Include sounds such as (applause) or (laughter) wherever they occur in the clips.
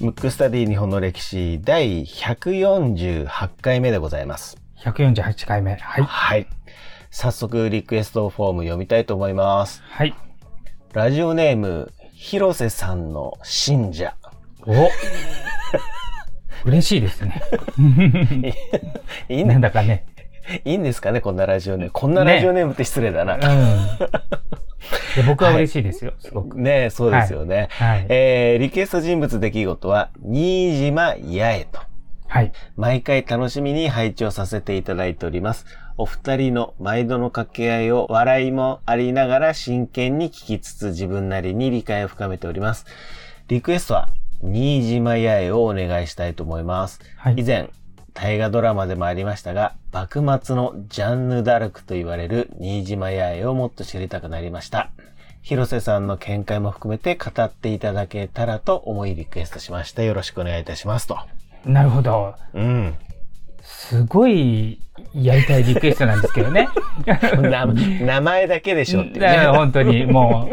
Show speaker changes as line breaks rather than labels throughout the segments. ムックスタディ日本の歴史第148回目でございます。
148回目。はい。
はい。早速リクエストフォーム読みたいと思います。
はい。
ラジオネーム、広瀬さんの信者。
お (laughs) 嬉しいです (laughs) ね。
いい
なん
ん
だかね。
いいんですかねこんなラジオネーム。こんなラジオネームって失礼だ
う
な。
ん。いや僕は嬉しいですよ、すごく。
ねえそうですよね。
はい。
えーリクエスト人物出来事は、新島八重と。
はい。
毎回楽しみに配置をさせていただいております。お二人の毎度の掛け合いを笑いもありながら真剣に聞きつつ自分なりに理解を深めております。リクエストは、新島八重をお願いしたいと思います。
は
以
い。
前、大河ドラマでもありましたが、幕末のジャンヌ・ダルクと言われる新島八重をもっと知りたくなりました。広瀬さんの見解も含めて語っていただけたらと思いリクエストしました。よろしくお願いいたしますと。
なるほど。
うん。
すごいやりたいリクエストなんですけど (laughs) ね。
(laughs) な名前だけでしょっていう
いや
ね。
本当に、も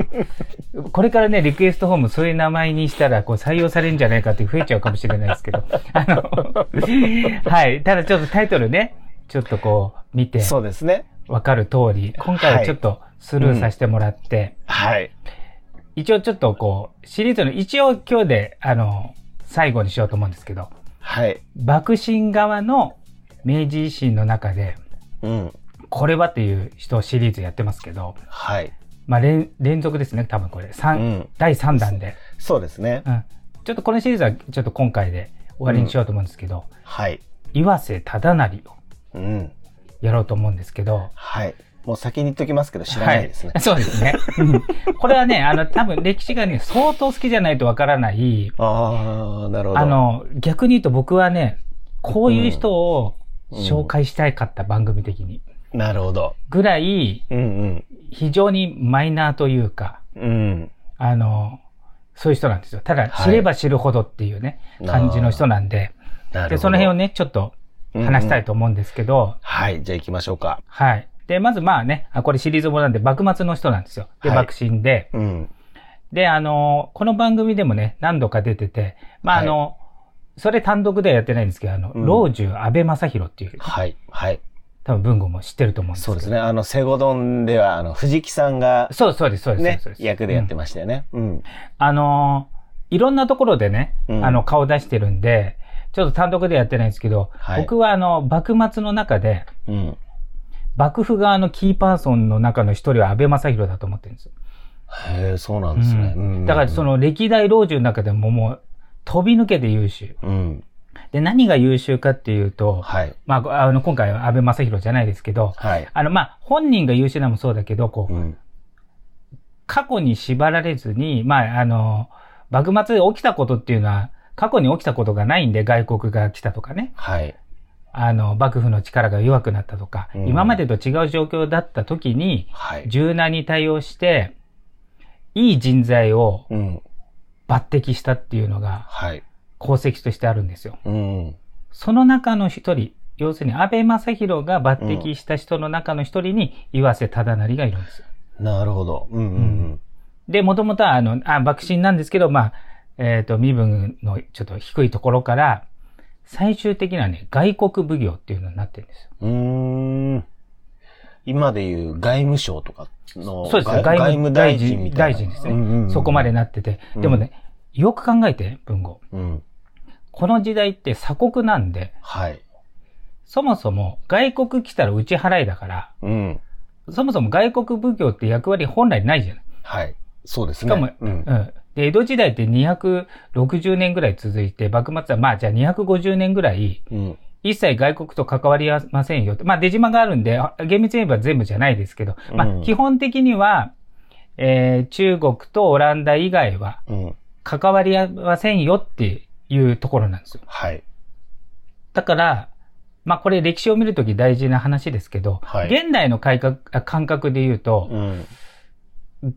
う、これからね、リクエストフォーム、そういう名前にしたら、こう、採用されるんじゃないかって増えちゃうかもしれないですけど。あの、はい。ただちょっとタイトルね、ちょっとこう、見て、
そうですね。
わかる通り、今回
は
はいちょっとスルーさせてもらって、
はい。
一応ちょっとこう、シリーズの一応今日で、あの、最後にしようと思うんですけど、
はい。
幕臣側の明治維新の中で、
うん。
これはっていう人をシリーズやってますけど、
はい。
まあ、連連続ですね、多分これ。
う
三
ん。
第3弾で。
そうですね。
うんちょっとこのシリーズはちょっと今回で終わりにしようと思うんですけど、
はい。
岩瀬忠成を
うん。
やろうと思うんですけど、
はい。もう先に言っときますけど知らないですね
は。い、そうですね。 (laughs) うんこれはね、あの、多分歴史がね、相当好きじゃないとわからない、
ああ、なるほど。
あの、逆に言うと僕はね、こういう人を紹介したいかった、番組的に。
なるほど。
ぐらい、
うん
非常にマイナーというか、
うん。うん。
あの、そういう人なんですよ。た
は
だ、
い
知れば知るほどっていうね、感じの人なんで、
なる
で
ほど
その辺をね、ちょっと話したいと思うんですけど、
はい、じゃあ行きましょうか。
はい。で、まずまあね、あこれシリーズものなんで、幕末の人なんですよ。で、
はい
幕臣で。
うん。
で、あのーこの番組でもね、何度か出てて、まああのそれ単独ではやってないんですけど、あの、
うん
老中安倍正弘っていう、
はい、はい。
多分文豪も知ってると思うんですけ
そ
ど。
うですね。あの、セゴドンでは、あの、藤木さんが、
そう。そうです、そうです、
ね
そうで、す。
役でやって
ま
ましたよね。うん。
す。あのーいろんなところでね、
うん
あの、顔出してるんで、ちょっと単独でやってないんですけど、
はい
僕はあの、幕末の中で、
うん。
幕府側のキーパーソンの中の一人は安倍正弘だと思ってるんですよ
へえ、そうなんですね。
う
うんん。
だからそ、の歴代老中の中でももう飛び抜けて優秀。
うん。
で、何が優秀かっていうと、
はい、
まあ、あの、今回は安倍正弘じゃないですけど、
はい。
あの、まあ、本人が優秀なのもそうだけど、こ
う
う、
ん。
過去に縛られずに、まあ、あの、幕末で起きたことっていうのは、過去に起きたことがないんで、外国が来たとかね、
はい。
あの、幕府の力が弱くなったとか、
うん
今までと違う状況だった時に、
はい。
柔軟に対応して、いい人材を
うん。
抜擢したっていうのが、
はい。
功績としてあるんですよ。
うん。
その中の一人、要するに安倍正弘が抜擢した人の中の一人に岩瀬忠成がいるんですよ。
なるほど。うんうん
で、もともとはあの、あ、幕臣なんですけど、まあ、えっ、と、身分のちょっと低いところから、最終的なね、外国奉行っていうのになってるんですよ。
うん。うーん。今でいう外務省とかの、
そうです
外
外
外
務
務大臣みたいな。
大臣ですね
うんうんうん
そこまで。なってて。
うん
でもね、よく考えて、文豪。
うん。
この時代って鎖国なんで、
はい。
そもそも外国来たら打ち払いだから、
うん。
そもそも外国奉行って役割本来ないじゃない。
はい。そうですね。
しかも
うん
う。ん。で、江戸時代って260年ぐらい続いて、幕末はまあじゃあ250年ぐらい、
うん。
一切外国と関わりませんよと。まあ出島があるんで、あ厳密に言えば全部じゃないですけど、ま
う
あ
ん
基本的には、えー中国とオランダ以外は
うん。
関わりませんよっていうところなんですよ。
はい。
だから、まあこれ歴史を見るとき大事な話ですけど、
はい
現代の改革あ感覚で言うと、
うん。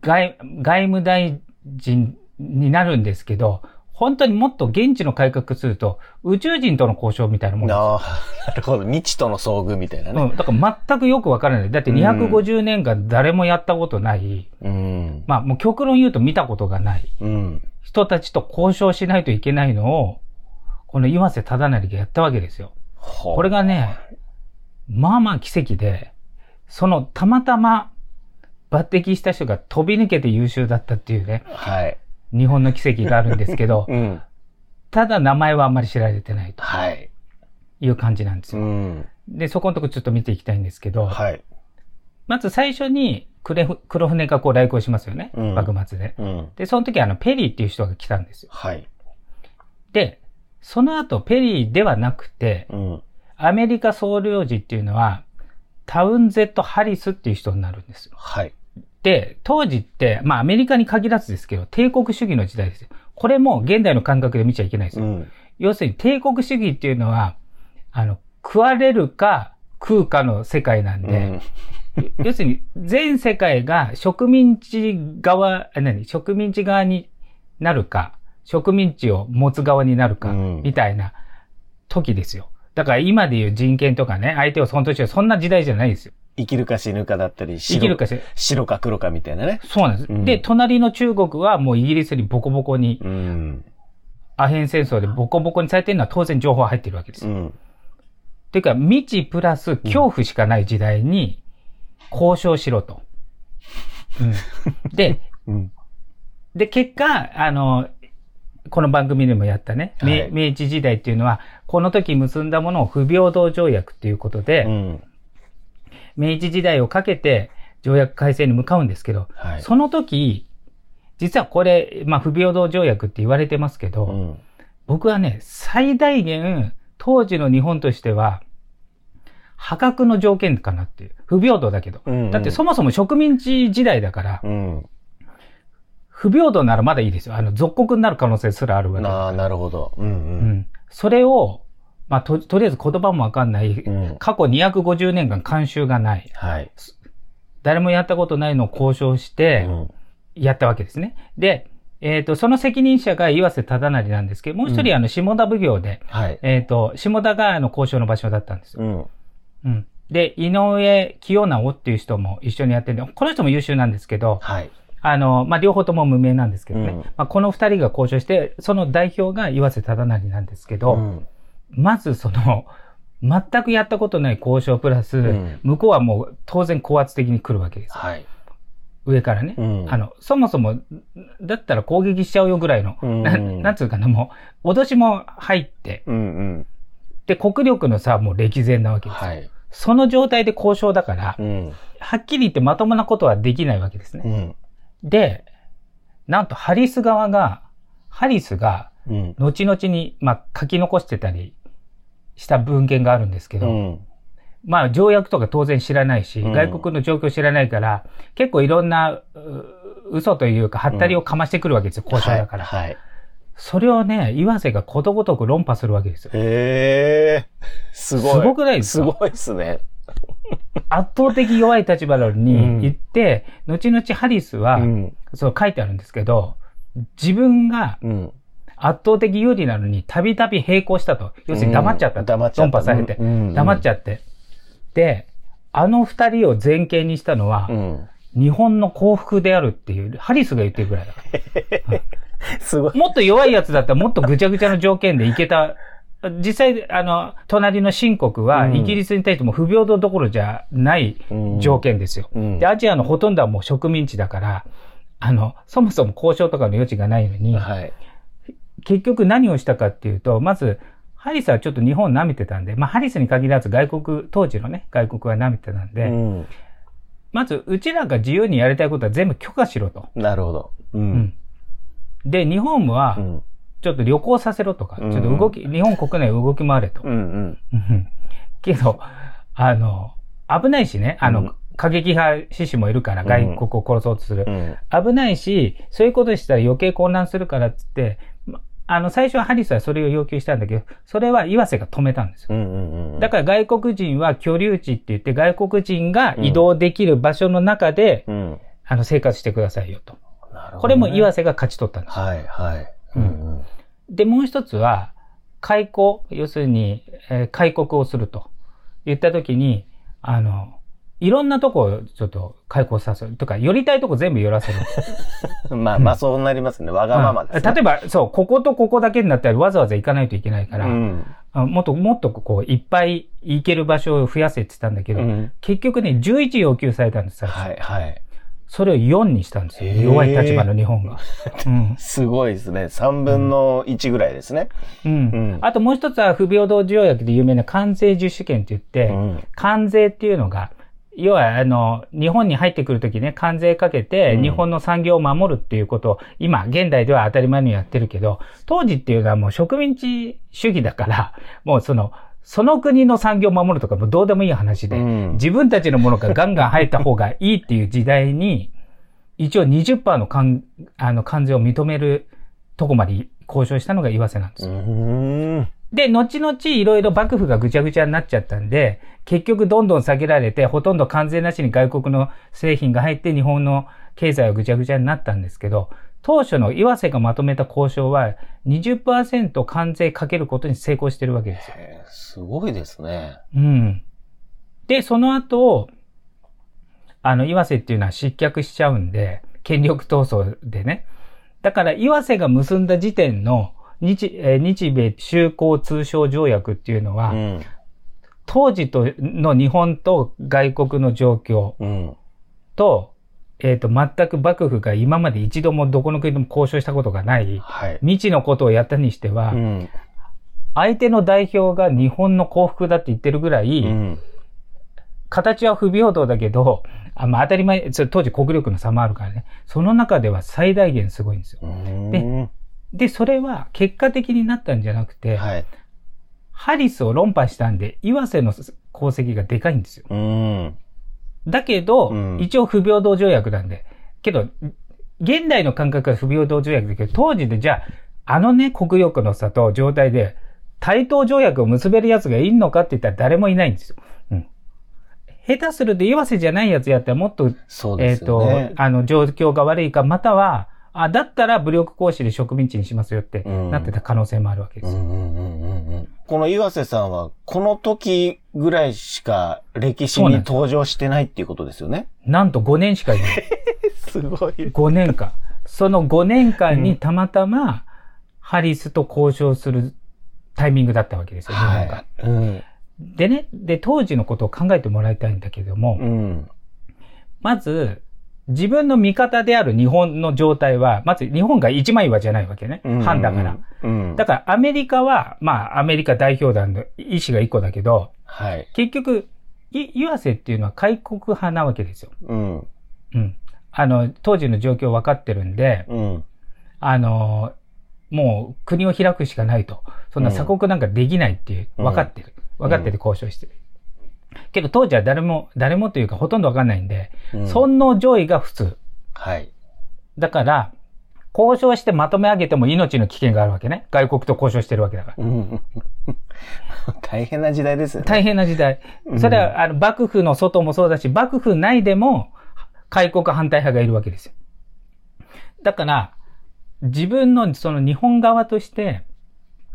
外外務大臣になるんですけど、本当にもっと現地の改革すると、宇宙人との交渉みたいなもんですよ
ああ、なるほど。未知との遭遇みたいなね。
うん、だから全くよくわからない。だって
うん
250年間誰もやったことない、
うん。
まあもう極論言うと見たことがない
うん。
人たちと交渉しないといけないのを、この岩瀬忠成がやったわけですよ。こ
こ
れがね、まあまあ奇跡で、そのたまたま抜擢した人が飛び抜けて優秀だったっていうね、
はい。
日本の奇跡があるんですけど、
うん。
ただ名前はあんまり知られてないと
はい。
いう感じなんです
う
よ。
ん。
で、そこのとこちょっと見ていきたいんですけど、
はい。
まず最初に黒船黒船がこう来航しますよね。
うん
幕末で。
うん。
で、その時あのペリーっていう人が来たんですよ。
はい。
で、その後ペリーではなくて、
うん。
アメリカ総領事っていうのは、タウンゼット・ハリスっていう人になるんですよ。
はい。
で、当時って、まあアメリカに限らずですけど、帝国主義の時代ですよ。これも現代の感覚で見ちゃいけないです
う
よ。
ん。
要するに帝国主義っていうのは、あの、食われるか食うかの世界なんで、
うん。
要するに、全世界が植民地側、あ何植民地側になるか、植民地を持つ側になるか、
うん
みたいな時ですよ。だから今で言う人権とかね、相手を尊重しよう、そんな時代じゃないですよ。
生きるか死ぬかだったり、
生きる
白
かし、
白か黒かみたいなね。
そうなんです。
うん
で、隣の中国はもうイギリスにボコボコに、
うん。
アヘン戦争でボコボコにされてるのは当然情報は入ってるわけです
う
よ。
ん。
というか、未知プラス恐怖しかない時代に、交渉しろと。うん、で、
うん。
で、結果、あの、この番組でもやったね、め
はい
明治時代っていうのは、この時結んだものを不平等条約っていうことで、
うん。
明治時代をかけて条約改正に向かうんですけど、
はい。
その時、実はこれ、まあ不平等条約って言われてますけど、
うん。
僕はね、最大限、当時の日本としては、破格の条件かなっていう。不平等だけど。
うんうん
だってそもそも植民地時代だから、
うん。
不平等ならまだいいですよ。あの、属国になる可能性すらあるわけだから
ああ、なるほど。う
うんん。それを、まあ、と、とりあえず言葉もわかんない、
うん。うん。
過去250年間慣習がない、
はい。
誰もやったことないのを交渉し
う
て、
ん。
やったわけですね。で、えっ、と、その責任者が岩瀬忠成なんですけど、もう一
うん
人、あの、下田奉行で、
はい。
えっ、と、下田があの交渉の場所だったんですよ。
うん。
うん。で、井上清直っていう人も一緒にやってるんで、この人も優秀なんですけど、
はい。
あの、まあ、両方とも無名なんですけどね。
うん
まあ、この二人が交渉して、その代表が岩瀬忠成なんですけど、
うん
まずその、全くやったことない交渉プラス、
ん
向こうはもう当然高圧的に来るわけです。
はい。
上からね。
うん
あの、そもそも、だったら攻撃しちゃうよぐらいの、
うん
ななんつうかな、もう、脅しも入って、
うんうん。
で、国力の差はもう歴然なわけです。
はい。
その状態で交渉だから、
うん。
はっきり言ってまともなことはできないわけです
う
ね。
ん。
で、なんとハリス側が、ハリスが、
うん。
後々に、まあ、書き残してたりした文献があるんですけ
う
ど、
ん。
まあ、条約とか当然知らないし、
うん
外国の状況知らないから、結構いろんな、う嘘というか、はったりをかましてくるわけですよ、交渉だから。
はい。はい
それをね、岩瀬がことごとく論破するわけですよ。
へえ。すごい。
すごくないです
す
か
ごいっすね。
圧倒的弱い立場なの
うん
に言って、後々ハリスは、
うん。
そう書いてあるんですけど、自分が
うん。
圧倒的有利なのに、たびたび並行したと。要するに黙っちゃった
うん
と。
黙っちゃ
論
った。
破されて
う。ん。
黙っち
ゃっ
ゃって。で、あの二人を前傾にしたのは、
うん。
日本の幸福であるっていう、ハリスが言ってるぐらいだから。
すごい。
もっと弱いやつだったらもっとぐちゃぐちゃの条件でいけた。 (laughs) 実際、あの、隣の新国は
うん
イギリスに対しても不平等どころじゃない
うん
条。件ですよ。
うん
で、。アジアのほとんどはもう植民地だから、あの、そもそも交渉とかの余地がないのに、
はい。
結局何をしたかっていうと、まず、ハリスはちょっと日本を舐めてたんで、まあ、ハリスに限らず外国、当時のね、外国は舐めてたんで、
うん。
まず、うちらが自由にやりたいことは全部許可しろと。
なるほど。う
う。ん。で、日本は、
うん。
ちょっと旅行させろとか、ち
うん
ょっと動き、日本国内動き回れと
う。ん。
うんけど、あの、危ないしね、あの、
うん
過激派志士もいるから、
うん
外国を殺そうとする。
うん。
危ないし、そういうことしたら余計混乱するからっつって、まあの、最初はハリスはそれを要求したんだけど、それは岩瀬が止めたんです
う
よ。
ん。うん。うん。
だから外国人は居留地って言って、外国人が移動できる場所の中で、
ら、うん。
あの、生活してくださいよと。
なるほどね
これも岩瀬が勝ち取ったんです。
はい、はい。
うん
うん
で、もう一つは、開口、要するに、えー開国をすると言ったときに、あの、いろんなとこをちょっと開口させる。とか、寄りたいとこ全部寄らせる。
まあまあそうなりますね。わがままです、ね
うん例えば、そう、こことここだけになったらわざわざ行かないといけないから、
うん。
あもっともっとこう、いっぱい行ける場所を増やせって言ったんだけ
う
ど、
ん。
結局ね、11要求されたんです、最初
はいはい。
それを4にしたんですよ。
へー
弱い立場の日本
(laughs)
が。うん。
すごいですね。3分の1ぐらいですね。
うん。
うん
あともう一つは不平等条約で有名な関税自主権って言って、
うん。
関税っていうのが、要は、あの、日本に入ってくるときね、関税かけて
う、ん
日本の産業を守るっていうことを、今、現代では当たり前にやってるけど、当時っていうのはもう植民地主義だから、もうその、その国の産業を守るとかもうどうでもいい話で、
うん
自分たちのものがガンガン入った方がいいっていう時代に、一応20%の関あの関税を認めるとこまで交渉したのが岩瀬なんですよ
うん。
で、後々いろいろ幕府がぐちゃぐちゃになっちゃったんで、結局どんどん下げられて、ほとんど関税なしに外国の製品が入って日本の経済はぐちゃぐちゃになったんですけど、当初の岩瀬がまとめた交渉は20%関税かけることに成功してるわけですよ。
へーすごいですね。
うん。で、その後、あの、岩瀬っていうのは失脚しちゃうんで、権力闘争でね。だから、岩瀬が結んだ時点の日、えー日米修好通商条約っていうのは、
うん。
当時との日本と外国の状況
うん。
と、えっ、と、全く幕府が今まで一度もどこの国とも交渉したことがない、
はい。
未知のことをやったにしては、
うん。
相手の代表が日本の幸福だって言ってるぐらい、
うん。
形は不平等だけど、あまあ、当たり前、それ当時国力の差もあるからね、その中では最大限すごいんですよ。
うん
で、それは結果的になったんじゃなくて、
はい。
ハリスを論破したんで、岩瀬の功績がでかいんですよ。
うん。
だけど、
うん
一応不平等条約なんで、けど、現代の感覚は不平等条約だけど、当時でじゃあ、あのね、国力の差と状態で、対等条約を結べる奴がいんのかって言ったら誰もいないんですよ。うん。下手すると岩瀬じゃないやつやったらもっと
そう
え
で
っ、
すよ
と
ね、。
あの、状況が悪いか、または、あ、だったら武力行使で植民地にしますよって
うん
なってた可能性もあるわけで
う
すよ。
んうんうんうんうんこの岩瀬さんは、この時ぐらいしか歴史
そう
に
なんです
登場してないっていうことですよね。
なんと5年しかいない。
すごい。
5年間。その5年間にたまたま、ハリスと交渉するタイミングだったわけですよ、日本が
はい。うん。
でね、で、当時のことを考えてもらいたいんだけども、
うん。
まず、自分の味方である日本の状態は、まず日本が一枚岩じゃないわけね。藩だから。。
うん。
だからアメリカは、まあアメリカ代表団の意思が一個だけど、
はい。
結局、い岩瀬っていうのは開国派なわけですよ。
うん。
うん。あの、当時の状況分かってるんで、
うん。
あの、もう国を開くしかないと。そんな
うん
鎖国なんかできないっていう、
うん
分かってる。分かってて交渉してる。けど当時は誰も、誰もというかほとんど分かんないんで、
うん
尊皇攘夷が普通。
はい。
だから、交渉してまとめ上げても命の危険があるわけね。外国と交渉してるわけだから。
うん。 (laughs) 大変な時代ですよね。
大変な時代
う。ん
それは、あの、幕府の外もそうだし、幕府内でも、開国反対派がいるわけですよ。だから、自分の、その日本側として、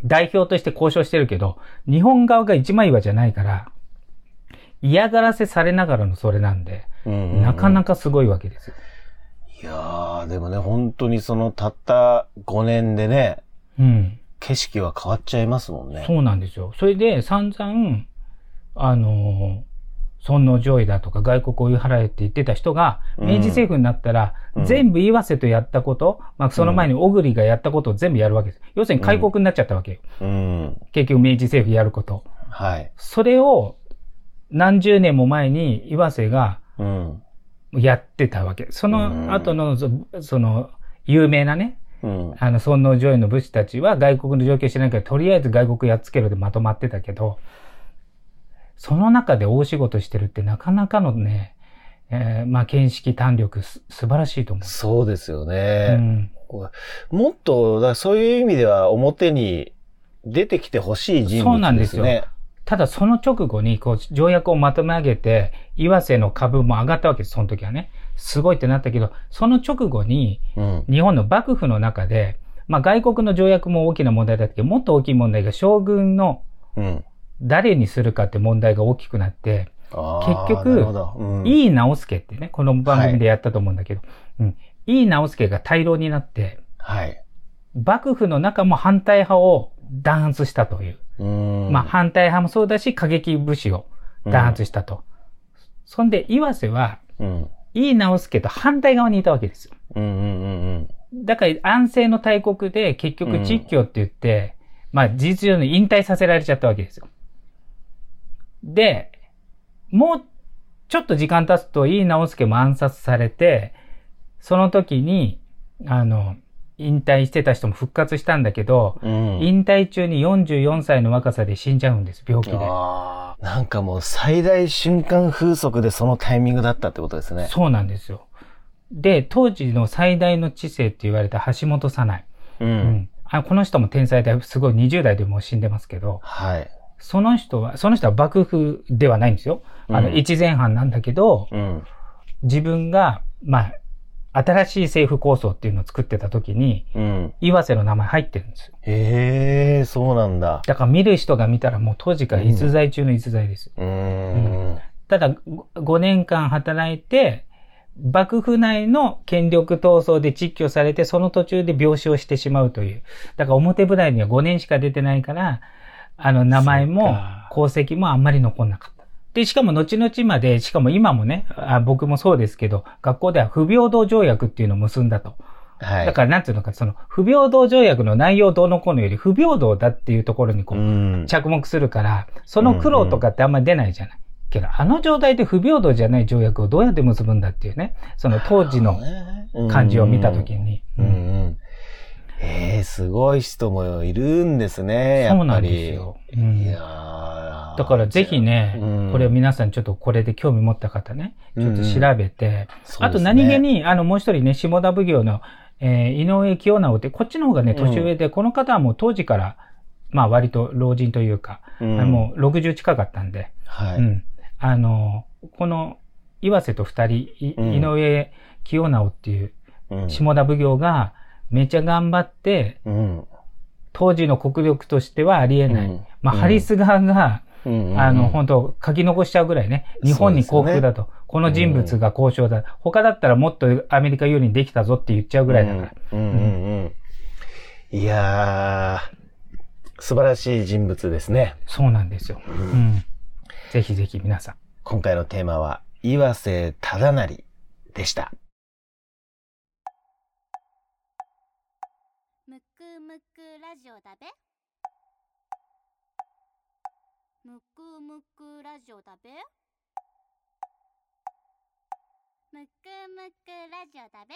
代表として交渉してるけど、日本側が一枚岩じゃないから、嫌がらせされながらのそれなんで、
うん
なかな
か。
かすごいわけですよ。
いやー、でもね、本当にそのたった5年でね、
うん。
景色は変わっちゃいますもんね。
そうなんですよ。それで散々、あのー、尊皇攘夷だとか外国を追い払えって言ってた人が、
うん
明治政府になったら、
うん
全部岩瀬とやったこと、まあその前に小栗がやったことを全部やるわけです。要するに開国になっちゃったわけよ。
うん。
結局明治政府やること。
はい。
それを何十年も前に岩瀬が
うん。
やってたわけ。その後の、そその、有名なね、
うん。
あの、尊皇攘夷の武士たちは外国の状況知らないけど、とりあえず外国やっつけろでまとまってたけど、その中で大仕事してるってなかなかのね、えーまあ、見識、胆力、す素晴らしいと思
そうですよ
う。
ね。
うん
もっと、だからそういう意味では表に出てきてほしい人
そうな
物
ん
で
ですす
ね。
よただその直後に、こう、条約をまとめ上げて、岩瀬の株も上がったわけです、その時はね。すごいってなったけど、その直後に、
うん。
日本の幕府の中で、まあ外国の条約も大きな問題だったけど、もっと大きい問題が将軍の
うん。
誰にするかって問題が大きくなって、
あー
結局
なるほどうん、
井伊直輔ってね、この番組でやったと思うんだけど、うん。井伊直輔が大老になって、
はい。
幕府の中も反対派を弾圧したという。
うーん
まあ反対派もそうだし、過激武士を弾圧したと。そんで、岩瀬は、
うん。
井伊直輔と反対側にいたわけですよ。
うんうんうん
だから安政の大国で結局実況って言って、まあ事実上に引退させられちゃったわけですよ。で、もうちょっと時間経つと井伊直輔も暗殺されて、その時に、あの、引退してた人も復活したんだけど、
うん。うん。
引退中に44歳の若さで死んじゃうんです、病気で。
あーなんかもう最大瞬間風速でそのタイミングだったってことですね。
そうなんですよ。で、当時の最大の知性って言われた橋本早苗。
う。
うんんあこの人も天才ですごい20代でもう死んでますけど、
はい。
その人は、その人は幕府ではないんですよ。あ
う
の、
ん
一前半なんだけど、
うん。
自分が、まあ、新しい政府構想っていうのを作ってた時に、
うん。
岩瀬の名前入ってるんですよ。
へえ、そうなんだ。
だから見る人が見たらもう当時から逸材中の逸材ですよ。
うーん。
ただ、ご5年間働いて、幕府内の権力闘争で実挙されて、その途中で病死をしてしまうという。だから表舞台には5年しか出てないから、あの名前
そっ
も
か
功績もあんまり残んなかった。で、しかも後々まで、しかも今もね、あ僕もそうですけど、学校では不平等条約っていうのを結んだと。
はい。
だからなんていうのか、その不平等条約の内容どうのこうのより不平等だっていうところにこう、
うん。
着目するから、その苦労とかってあんまり出ないじゃない。けど、あの状態で不平等じゃない条約をどうやって結ぶんだっていうね、その当時の感じを見たときに、
う
うん
うんんうん。ええ、すごい人もいるんですね。やっぱり
そうなんですよ。う
い
ん
やー
だからぜひ、ね、
うん
これを皆さんちょっとこれで興味持った方ね、ちょっと調べて、
そう
あ
ですね
と何気、に、あのもう一人ね、下田奉行の、えー井上清直って、こっちの方がね、年上で、この方はもう当時から、まあ割と老人というか、
うん
もう60近かったんで、
は
う
い。
ん。あの、この、岩瀬と二人、い
うん
井上清直っていう
うん
下田奉行が、めちゃ頑張って、
うん。
当時の国力としてはありえない。
うん
まあ、
うん
ハリス側が、あの、
ん
本当書き残しちゃうぐらいね、日本に降伏だと、この人物が交渉だ、他だったらもっとアメリカ有利にできたぞって言っちゃうぐらいだから。
うんうんうんうん。いやー、素晴らしい人物ですね。
そうなんですよ。うん。ぜひぜひ皆さん。
今回のテーマは、岩瀬忠成でした。
むくむくラジオだべむくむくラジオだべむくむくラジオだべ